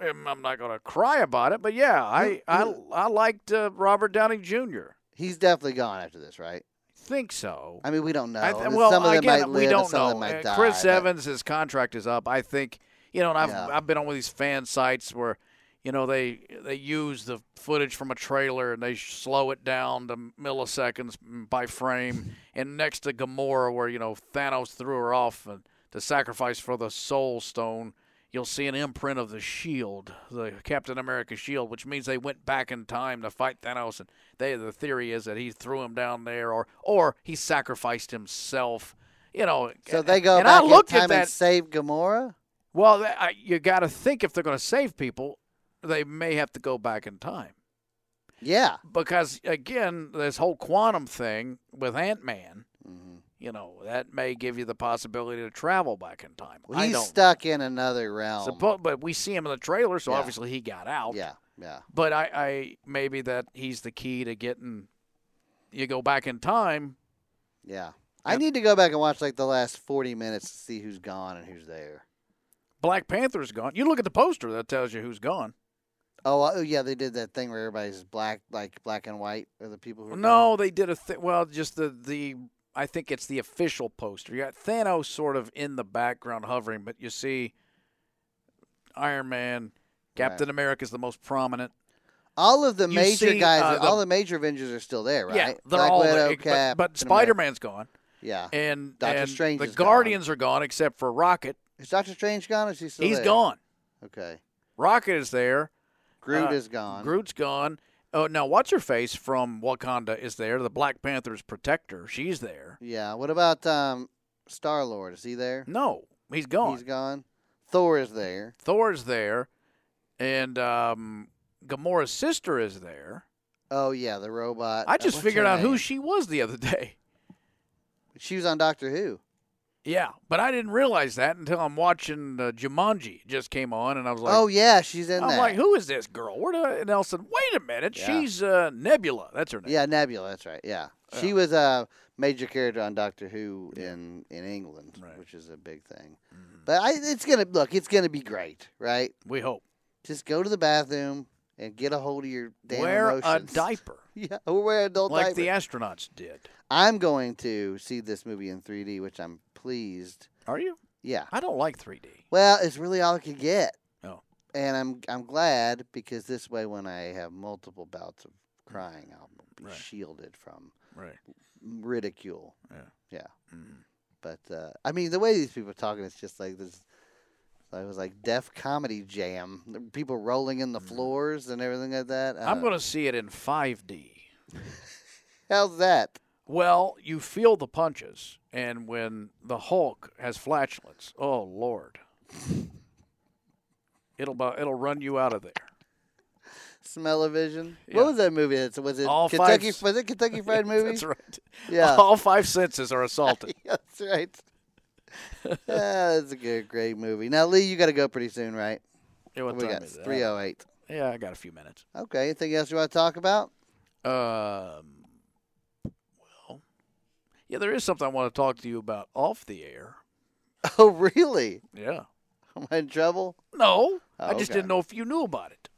B: I'm I'm not gonna cry about it, but yeah, I I, I liked uh, Robert Downey Jr.
A: He's definitely gone after this, right?
B: Think so.
A: I mean, we don't know.
B: I th-
A: And
B: well,
A: some of them
B: again,
A: might live,
B: we
A: and
B: don't
A: some
B: know.
A: of them might
B: Uh,
A: die.
B: Chris
A: but-
B: Evans, his contract is up. I think you know, and I've
A: Yeah.
B: I've been on one of these fan sites where you know they they use the footage from a trailer and they slow it down to milliseconds by frame. and next to Gamora, where you know Thanos threw her off and to sacrifice for the Soul Stone. You'll see an imprint of the shield, the Captain America shield, which means they went back in time to fight Thanos. And they, the theory is that he threw him down there, or or he sacrificed himself. You know,
A: So
B: and-
A: they go
B: and
A: back
B: I looked
A: in time
B: at that.
A: and save Gamora.
B: well, that- I, you got to think if they're going to save people, they may have to go back in time
A: Yeah.
B: because again, this whole quantum thing with Ant Man.
A: Mhm.
B: You know that may give you the possibility to travel back in time.
A: Well,
B: I
A: he's
B: don't
A: stuck in another realm.
B: Suppo- but we see him in the trailer, so
A: Yeah.
B: obviously he got out.
A: yeah, yeah.
B: But I, I maybe that he's the key to getting you go back in time.
A: Yeah. I need to go back and watch like the last 40 minutes to see who's gone and who's there.
B: Black Panther's gone. You look at the poster that tells you who's gone.
A: Oh, oh yeah, they did that thing where everybody's black, like black and white, or the people who are
B: No, they did a thi- well, just the the I think it's the official poster. You got Thanos sort of in the background hovering, but you see Iron Man, Captain America's the most prominent.
A: All of the
B: You
A: major
B: see,
A: guys,
B: uh, the-
A: all the major Avengers are still there, right?
B: Yeah, they're
A: Black
B: all
A: Widow,
B: there.
A: Cap,
B: but, but
A: Captain America.
B: Spider Man's gone,
A: Yeah,
B: and
A: Doctor
B: and
A: Strange
B: the
A: is gone.
B: Guardians are gone except for Rocket.
A: is Doctor Strange gone? Or is he still?
B: He's
A: there?
B: gone.
A: Okay,
B: Rocket is there.
A: Groot
B: Uh,
A: is gone.
B: Groot's gone. Oh, now what's her face from Wakanda is there? The Black Panther's protector. She's there.
A: Yeah. What about um, Star Lord? Is he there?
B: No, he's gone.
A: He's gone. Thor is there.
B: Thor's there, and um, Gamora's sister is there.
A: Oh yeah, the robot.
B: I
A: Uh,
B: just
A: what's
B: figured
A: her
B: out who
A: name?
B: she was the other day.
A: she was on Doctor Who.
B: Yeah, but I didn't realize that until I'm watching uh, Jumanji. It Just came on, and I was like,
A: oh yeah, she's in
B: I'm
A: that.
B: like, who is this girl? Where did I? And Nelson, wait a minute,
A: Yeah.
B: she's uh, Nebula. That's her name.
A: Yeah, Nebula. That's right. Yeah, she was a major character on Doctor Who in in England,
B: Right. Mm-hmm.
A: which is a big thing. But I, it's gonna look. It's gonna be great, right?
B: We hope.
A: Just go to the bathroom and get a hold of your damn
B: Wear
A: emotions.
B: a diaper,
A: yeah, or wear an adult
B: like
A: diaper.
B: the astronauts did.
A: I'm going to see this movie in 3D, which I'm pleased.
B: Are you?
A: Yeah.
B: I don't like 3D.
A: Well, it's really all I could get.
B: Oh.
A: And I'm I'm glad because this way, when I have multiple bouts of crying, I'll be
B: Mm. Right.
A: shielded from
B: Right.
A: ridicule.
B: Yeah.
A: Yeah. But uh, I mean, the way these people are talking, it's just like this. I was like deaf comedy jam. People rolling in the floors and everything like that.
B: Mm. I'm
A: Uh,
B: going to see it in 5D.
A: How's that?
B: Well, you feel the punches, and when the Hulk has flatulence, oh lord, it'll bu- it'll run you out of there.
A: Smell-o-vision.
B: Yeah.
A: What was that movie? That's was it
B: All five
A: Kentucky?
B: s-
A: Was it Kentucky Fried Movie?
B: That's right.
A: Yeah.
B: All five senses are assaulted.
A: Yeah, That's right. Ah, that's a good, great movie. Now, Lee, you got to go pretty soon, right?
B: Yeah, what
A: we
B: time
A: got
B: is it?
A: three oh eight.
B: Yeah, I got a few minutes.
A: Okay. Anything else you want to talk about?
B: Um, well, yeah, there is something I want to talk to you about off the air.
A: Oh, really?
B: Yeah.
A: Am I in trouble?
B: No,
A: Oh,
B: I just
A: okay.
B: didn't know if you knew about it.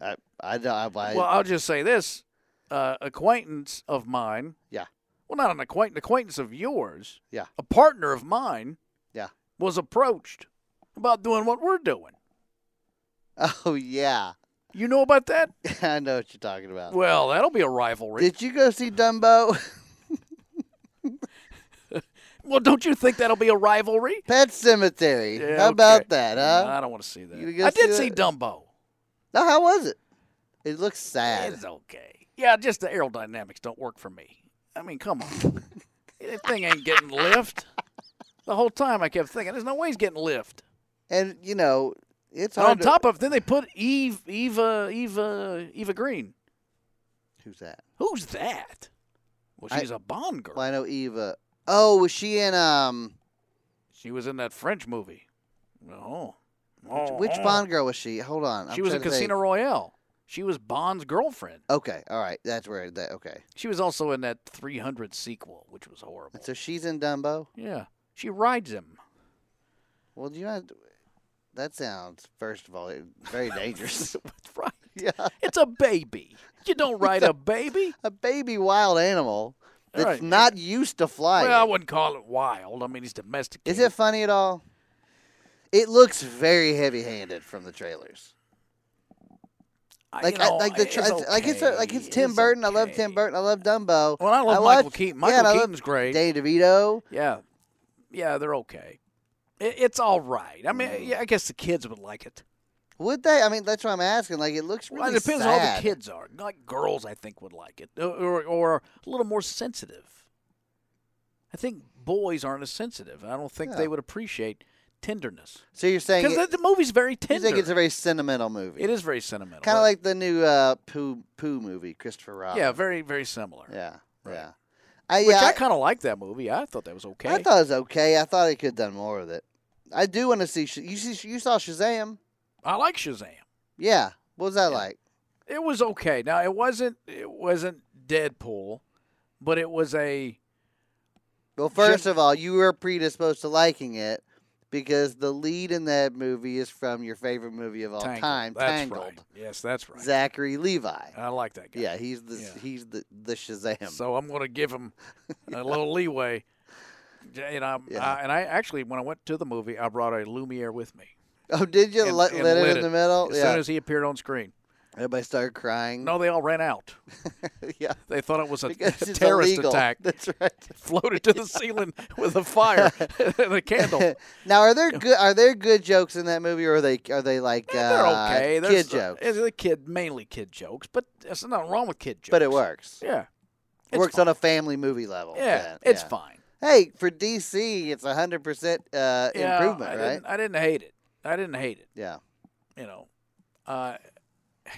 A: I, I don't. I, I,
B: well, I'll just say this: uh, acquaintance of mine.
A: Yeah.
B: Well, not an acquaintance, acquaintance of yours.
A: Yeah.
B: A partner of mine.
A: Yeah.
B: Was approached about doing what we're doing.
A: oh yeah,
B: You know about that?
A: I know what you're talking about.
B: Well, that'll be a rivalry.
A: Did you go see Dumbo?
B: well, don't you think that'll be a rivalry?
A: Pet Cemetery.
B: Yeah,
A: How about
B: okay.
A: that, huh?
B: I don't want to see that.
A: You gonna
B: I
A: see
B: did see
A: that?
B: Dumbo.
A: Now, how was it? It looks sad.
B: It's okay. Yeah, just the aerodynamics don't work for me. I mean, come on. that thing ain't getting lift. The whole time I kept thinking, there's no way he's getting lift.
A: and you know, it's
B: And
A: hard.
B: on
A: to-
B: top of then they put Eve Eva Eva Eva Green.
A: who's that?
B: Who's that? Well,
A: I-
B: she's a Bond girl.
A: Well, I know Eva. Oh, was she in um?
B: She was in that French movie. Oh, oh
A: Which
B: oh.
A: Bond girl was she? Hold on.
B: Uh-huh. She was in
A: trying to think.
B: Casino Royale. She was Bond's girlfriend.
A: Okay, all right, that's where that. Okay,
B: She was also in that 300 sequel, which was horrible.
A: and so she's in Dumbo.
B: Yeah, she rides him.
A: Well, do you know? That sounds first of all very dangerous.
B: That's right.
A: yeah,
B: It's a baby. You don't ride a baby.
A: a baby wild animal that's
B: Right.
A: not used to flying.
B: Well, I wouldn't call it wild. I mean, he's
A: Is
B: domesticated.
A: it funny at all? It looks very heavy-handed from the trailers.
B: I-
A: Like
B: you know,
A: I, like the
B: it's
A: tra- like it's a, like it's
B: okay.
A: Tim Burton. I love Tim
B: okay.
A: Burton. I love Dumbo.
B: Well, I love Michael Keaton. Michael
A: and I love
B: Keaton's great.
A: Danny DeVito.
B: Yeah, yeah, they're okay. It, it's all right. I mean,
A: Mm.
B: yeah, I guess the kids would like it.
A: Would they? I mean, that's what I'm asking. Like, it looks really
B: Well, it depends on how the
A: sad.
B: kids are. Like girls, I think would like it, or, or or a little more sensitive. I think boys aren't as sensitive. I don't think
A: Yeah.
B: they would appreciate tenderness
A: So you're saying
B: because
A: it,
B: the movie's very
A: you
B: tender.
A: think it's a very sentimental movie?
B: It is very sentimental.
A: kind of like the new uh, Pooh Pooh movie, Christopher Robin.
B: yeah, very very similar.
A: yeah,
B: Right.
A: yeah. I,
B: Which
A: yeah,
B: I
A: I-
B: kind of like that movie. I thought that was okay.
A: I thought it was okay. I thought they could have done more with it. I do want to see. Sh- you see, you saw Shazam.
B: I like Shazam.
A: Yeah. What was that like?
B: It was okay. Now it wasn't it wasn't Deadpool, but it was a
A: Well, first of all, you were predisposed to liking it because the lead in that movie is from your favorite movie of all
B: Tangled.
A: time,
B: That's
A: Tangled.
B: right. Yes, that's right.
A: Zachary Levi.
B: I like that guy.
A: yeah, he's the
B: Yeah.
A: he's the the Shazam.
B: So I'm going to give him a little leeway. And I
A: Yeah.
B: I- and I actually when I went to the movie, I brought a Lumiere with me.
A: oh, did you
B: and-
A: let,
B: and
A: lit,
B: lit
A: it in
B: it.
A: the middle? Oh,
B: As
A: yeah.
B: soon as he appeared on screen,
A: Everybody started crying.
B: no, they all ran out.
A: yeah.
B: They thought it was a
A: Because it's
B: terrorist
A: illegal.
B: attack.
A: That's right.
B: Floated to the ceiling with a fire and a candle.
A: now, are there good are there good jokes in that movie, or are they are they like
B: They're
A: uh,
B: okay. There's
A: kid
B: the-
A: jokes?
B: It's a kid, mainly kid jokes, but there's nothing wrong with kid jokes.
A: But it works.
B: Yeah.
A: It
B: It's
A: works on
B: fine.
A: a family movie level.
B: Yeah,
A: then.
B: it's
A: Yeah.
B: fine.
A: Hey, for DC, it's a hundred percent uh
B: Yeah,
A: improvement,
B: I
A: right?
B: Didn't, I didn't hate it. I didn't hate it.
A: Yeah.
B: You know, uh,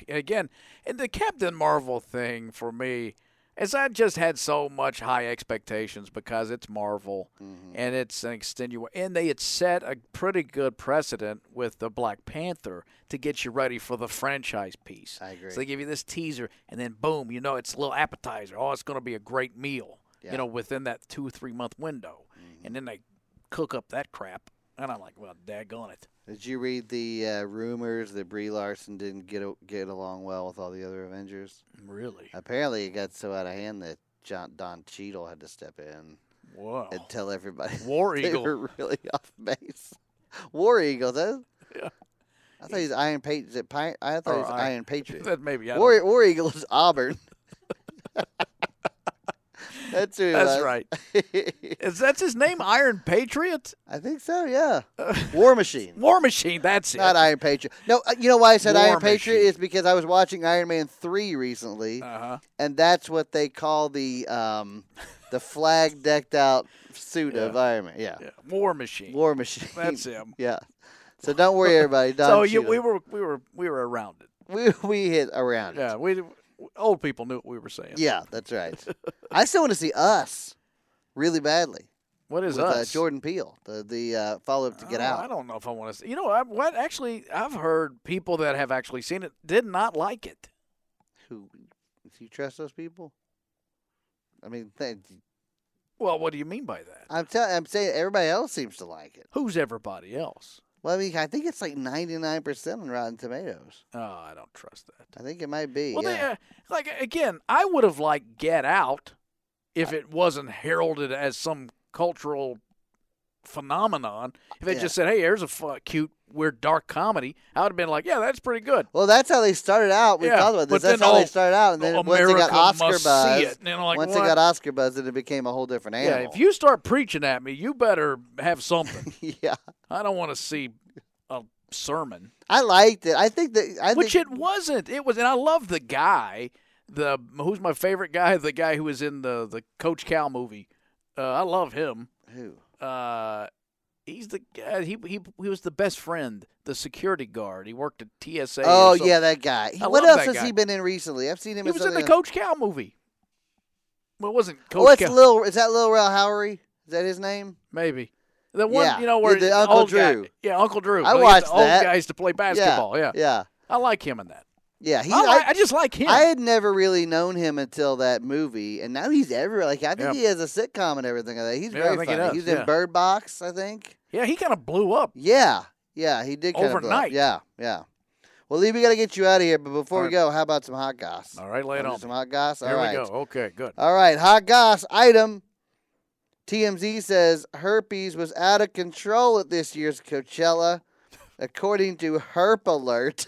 B: again, and the Captain Marvel thing for me is I just had so much high expectations because it's Marvel
A: Mm-hmm.
B: and it's an extenuating, and they had set a pretty good precedent with the Black Panther to get you ready for the franchise piece.
A: I agree.
B: So they give you this teaser, and then boom, you know, it's a little appetizer. Oh, it's going to be a great meal,
A: Yeah. Mm-hmm.
B: you know, within that two, three month window. And then they cook up that crap. And I'm like, well, daggone it.
A: Did you read the uh, rumors that Brie Larson didn't get a- get along well with all the other Avengers?
B: Really?
A: Apparently, it got so out of hand that John Don Cheadle had to step in
B: Wow.
A: and tell everybody
B: Oh. War
A: they
B: Eagle.
A: were really off base. War Eagle, that.
B: Yeah.
A: I thought he's Iron Patriot. Is it Pi- I thought
B: Or
A: he was
B: Iron-
A: Iron Patriot.
B: that maybe. I don't-
A: War, War Eagle is Auburn. That's who he
B: That's
A: was.
B: right. Is that his name? Iron Patriot?
A: I think so. Yeah. War Machine.
B: War Machine. That's it.
A: Not Iron Patriot. No, uh, you know why I said
B: War
A: Iron Patriot
B: Machine.
A: is because I was watching Iron Man three recently,
B: uh-huh.
A: and that's what they call the um, the flag decked out suit of Iron Man. Yeah.
B: Yeah. War Machine.
A: War Machine.
B: That's him.
A: Yeah. So don't worry, everybody. Don
B: so you,
A: Cheadle.
B: we were we were we were around it.
A: we we hit around. it.
B: Yeah, we old people knew what we were saying.
A: Yeah, that's right. I still want to see Us, really badly.
B: What is
A: with uh,
B: us?
A: Jordan Peele, the the uh, follow up to Get
B: Oh,
A: Out.
B: I don't know if I want to. See. You know, I, what actually I've heard people that have actually seen it did not like it.
A: Who? Do you trust those people? I mean, th-
B: Well, what do you mean by that?
A: I'm telling. I'm saying everybody else seems to like it.
B: Who's everybody else?
A: Well, I mean, I think it's like 99 percent on Rotten Tomatoes.
B: Oh, I don't trust that.
A: I think it might be.
B: Well,
A: yeah.
B: they, uh, like again, I would have liked Get Out if it wasn't heralded as some cultural phenomenon. If they
A: Yeah.
B: just said, "Hey, here's a fu- cute, weird, dark comedy," I would have been like, "Yeah, that's pretty good."
A: well, that's how they started out. We
B: Yeah,
A: talked about
B: but
A: this. That's
B: then
A: how they
B: all-
A: started out, and then once they got
B: America
A: Oscar
B: must see
A: buzz,
B: it, and then, like,
A: once
B: what?
A: they got Oscar buzz, then it became a whole different animal.
B: Yeah, if you start preaching at me, you better have something.
A: yeah,
B: I don't want to see a sermon,
A: I liked it. I think that I
B: which
A: think
B: it wasn't. It was, and I love the guy. The who's my favorite guy? The guy who was in the the Coach Cal movie. Uh, I love him.
A: who?
B: Uh, he's the guy. He he he was the best friend, the security guard. He worked at TSA. or
A: Oh
B: something.
A: yeah, that guy. He-
B: I
A: what
B: love
A: else
B: that
A: has
B: guy.
A: he been in recently? I've seen him.
B: he was in
A: something
B: the
A: else.
B: Coach Cal movie. Well, it wasn't Coach
A: Oh, it's
B: Cal.
A: Lil. Is that Lil Rel Howery? Is that his name?
B: Maybe. The one,
A: Yeah,
B: you know, where
A: the- the
B: the
A: Uncle
B: old guy-
A: Drew.
B: yeah, Uncle Drew.
A: I
B: He gets
A: watched
B: the old
A: that.
B: guys to play basketball. Yeah.
A: Yeah.
B: I like him in that.
A: Yeah, he.
B: Oh, I,
A: I,
B: like- I just like him.
A: I had never really known him until that movie, and now he's everywhere. Like I think
B: Yeah.
A: he has a sitcom and everything. like that. He's
B: Yeah, I
A: very
B: think he
A: funny.
B: does,
A: he's
B: yeah.
A: in Bird Box, I think.
B: yeah, he kind of blew up.
A: Yeah, yeah, he did kind of blow up.
B: Overnight.
A: Yeah, yeah. Well, Lee, we got to get you out of here, but before
B: All
A: we go, how about some hot goss?
B: All right, lay it
A: Wanna do
B: on.
A: Some hot goss. All
B: Here
A: right.
B: we go. Okay, good.
A: All right, hot goss item. TMZ says herpes was out of control at this year's Coachella, according to Herp Alert,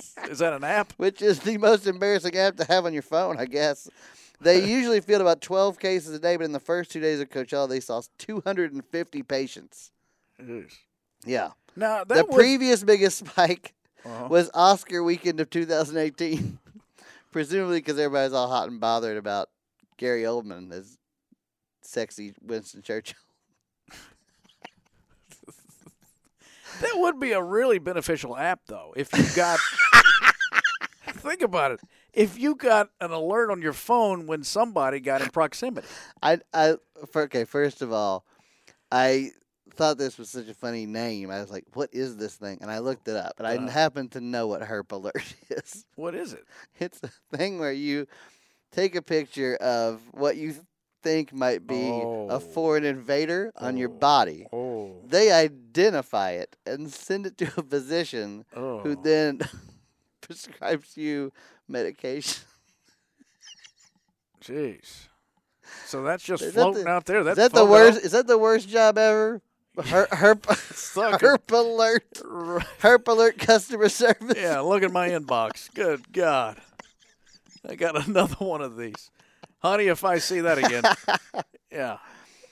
B: Is that an app?
A: which is the most embarrassing app to have on your phone, I guess. They usually field about 12 cases a day, but in the first two days of Coachella, they saw 250 patients. Yeah.
B: Now that
A: The
B: was,
A: previous biggest spike
B: Uh-huh.
A: was Oscar weekend of 2018, presumably because everybody's all hot and bothered about Gary Oldman as sexy Winston Churchill.
B: that would be a really beneficial app though. If you got, think about it. If you got an alert on your phone when somebody got in proximity,
A: I, I, for, okay, first of all, I thought this was such a funny name. I was like, "What is this thing?" And I looked it up, and I
B: Uh-huh.
A: happen to know what herp alert is.
B: what is it?
A: It's a thing where you take a picture of what you think might be
B: Oh.
A: a foreign invader on your
B: Oh.
A: body.
B: Oh,
A: they identify it and send it to a physician
B: oh.
A: who then prescribes you medication.
B: Jeez. So that's just
A: Is that
B: floating
A: the-
B: out there.
A: is that the worst? Is that the worst job ever? Her, herp,
B: Sucker.
A: herp alert! Herp alert! Customer service.
B: yeah, look at my inbox. Good God. I got another one of these. Honey, if I see that again. yeah.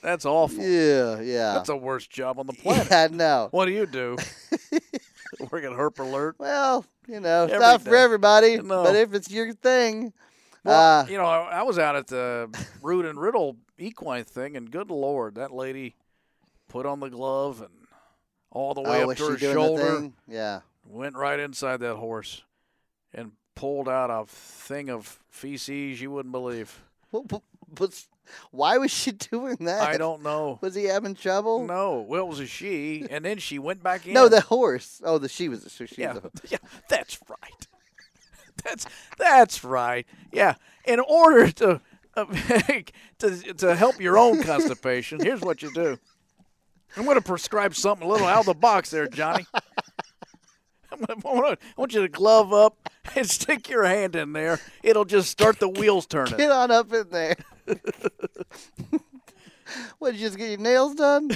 B: That's awful.
A: yeah, yeah.
B: That's the worst job on the planet.
A: Yeah, I know.
B: What do you do? Work at Herp Alert?
A: Well, you know, it's
B: Every
A: not for
B: day.
A: everybody,
B: No.
A: but if it's your thing,
B: Well,
A: uh,
B: you know, I, I was out at the Root and Riddle equine thing, and good Lord, that lady put on the glove and all the way
A: oh,
B: up
A: is
B: to
A: she
B: her
A: doing
B: shoulder.
A: the thing? Yeah.
B: went right inside that horse and pulled out a thing of feces you wouldn't believe.
A: What, what- what's- why was she doing that?
B: I don't know.
A: Was he having trouble?
B: No, well, it was a she, and then she went back in.
A: No, the horse. Oh, the she was. so She
B: yeah,
A: was a,
B: yeah, that's right. That's that's right. Yeah, in order to uh, to to help your own constipation, here's what you do. I'm going to prescribe something a little out of the box there, Johnny. I'm gonna, I, want I want you to glove up and stick your hand in there. It'll just start the wheels turning.
A: get on up in there. what did you just get your nails done?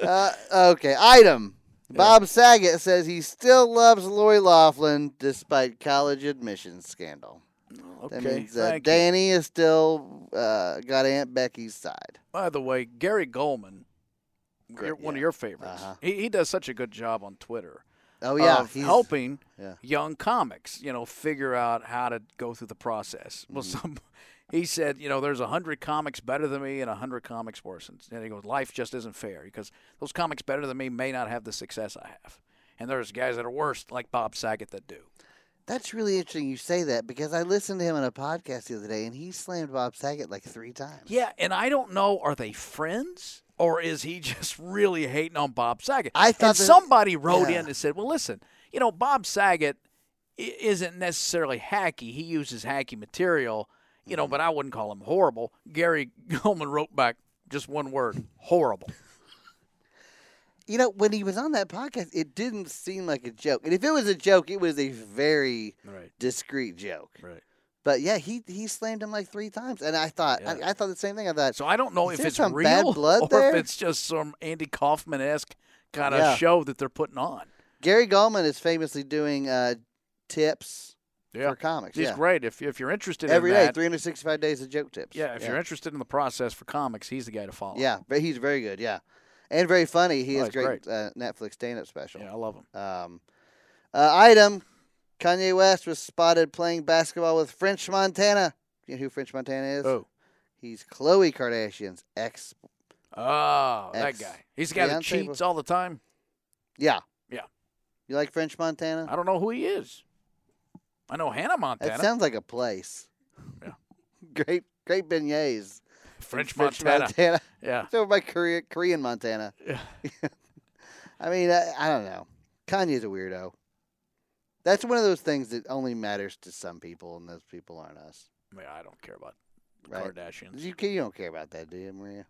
A: uh, okay, item. Bob Saget says he still loves Lori Laughlin despite college admissions scandal.
B: Okay,
A: That means uh,
B: thank you.
A: Danny is still uh, got Aunt Becky's side.
B: By the way, Gary Goldman, your- one of your favorites,
A: Uh-huh.
B: he, he does such a good job on Twitter.
A: Oh yeah,
B: of helping
A: yeah.
B: young comics, you know, figure out how to go through the process. Well,
A: Mm-hmm.
B: some he said, you know, there's a hundred comics better than me and a hundred comics worse, and, and he goes, life just isn't fair because those comics better than me may not have the success I have, and there's guys that are worse like Bob Saget that do.
A: That's really interesting you say that because I listened to him on a podcast the other day and he slammed Bob Saget like three times.
B: Yeah, and I don't know, are they friends? Or is he just really hating on Bob Saget?
A: I
B: And
A: thought that-
B: somebody wrote
A: yeah.
B: in and said, "Well, listen, you know, Bob Saget i- isn't necessarily hacky. He uses hacky material, you
A: Mm-hmm.
B: know, but I wouldn't call him horrible." Gary Goldman wrote back just one word: horrible.
A: You know, when he was on that podcast, it didn't seem like a joke. And if it was a joke, it was a very
B: Right,
A: discreet joke.
B: right.
A: But yeah, he he slammed him like three times, and I thought I, I thought the same thing. I thought
B: So I don't know
A: Is
B: if
A: there
B: it's
A: some
B: real
A: bad blood
B: or
A: there?
B: if it's just some Andy Kaufman esque kind of
A: Yeah.
B: show that they're putting on.
A: Gary Goldman is famously doing uh, tips
B: Yeah,
A: for comics.
B: he's
A: yeah,
B: great. If if you're interested
A: every
B: in
A: day,
B: that,
A: 365 days of joke tips.
B: yeah, if you're interested in the process for comics, he's the guy to follow.
A: yeah, but he's very good. Yeah, and very funny. He
B: Oh,
A: has
B: he's
A: great,
B: great.
A: Uh, Netflix stand-up special.
B: Yeah, I love him.
A: Um, uh, item: Kanye West was spotted playing basketball with French Montana. You know who French Montana is?
B: Oh,
A: He's Khloe Kardashian's ex.
B: oh, that
A: Ex-
B: guy. He's the guy that
A: Beyonce
B: cheats
A: was-
B: all the time.
A: Yeah.
B: Yeah.
A: You like French Montana?
B: I don't know who he is. I know Hannah
A: That
B: Montana,
A: sounds like a place.
B: Yeah.
A: great, great beignets.
B: French,
A: French
B: Montana.
A: Montana.
B: Yeah,
A: it's over by Korea, Korean Montana.
B: Yeah.
A: I mean, I, I don't know. Kanye's a weirdo. That's one of those things that only matters to some people, and those people aren't us.
B: I mean, I don't care about the
A: Right.
B: Kardashians.
A: You, ca- you don't care about that, do you, Maria?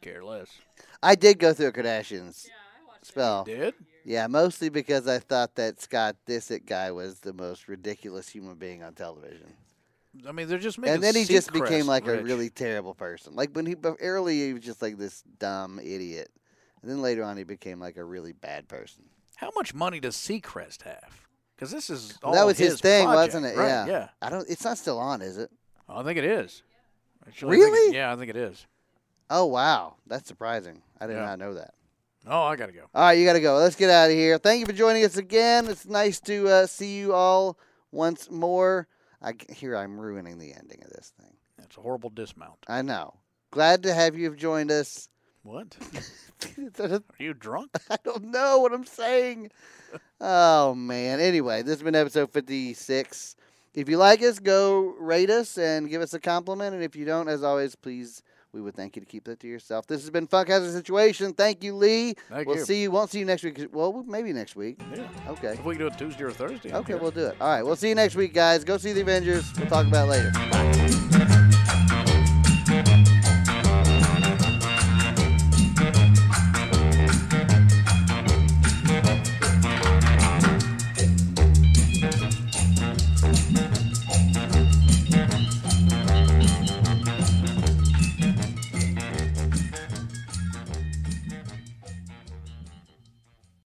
B: Care less.
A: I did go through a Kardashians spell.
B: Did?
A: Yeah, mostly because I thought that Scott Disick guy was the most ridiculous human being on television.
B: I mean, they're just making.
A: and then he just became
B: Seacrest
A: like a
B: rich.
A: really terrible person. Like when he but early he was just like this dumb idiot, and then later on he became like a really bad person.
B: How much money does Seacrest have? Because this is all
A: Well, that was his, thing,
B: project,
A: wasn't it?
B: right,
A: yeah.
B: Yeah.
A: I don't. It's not still on, is it?
B: I think it is. Actually, I think it-
A: Really?
B: yeah, I think it is.
A: Oh wow, that's surprising. I did
B: Yeah.
A: not know that.
B: Oh, I gotta go.
A: All right, you got to go. Let's get out of here. Thank you for joining us again. It's nice to uh, see you all once more. I c- here I'm ruining the ending of this thing.
B: That's a horrible dismount.
A: I know. Glad to have you have joined us.
B: What?
A: I
B: Are you drunk?
A: don't know what I'm saying. Oh man. Anyway, this has been episode 56. If you like us, go rate us and give us a compliment. And if you don't, as always, please, we would thank you to keep that to yourself. This has been Funkhauser Situation. Thank you, Lee.
B: Thank
A: we'll
B: you.
A: see you. Won't see you next week. Well, maybe next week.
B: Yeah.
A: Okay.
B: If we can do it Tuesday or Thursday. I'm
A: Okay,
B: here.
A: we'll do it. All right, we'll see you next week, guys. Go see the Avengers. We'll talk about it later. Bye.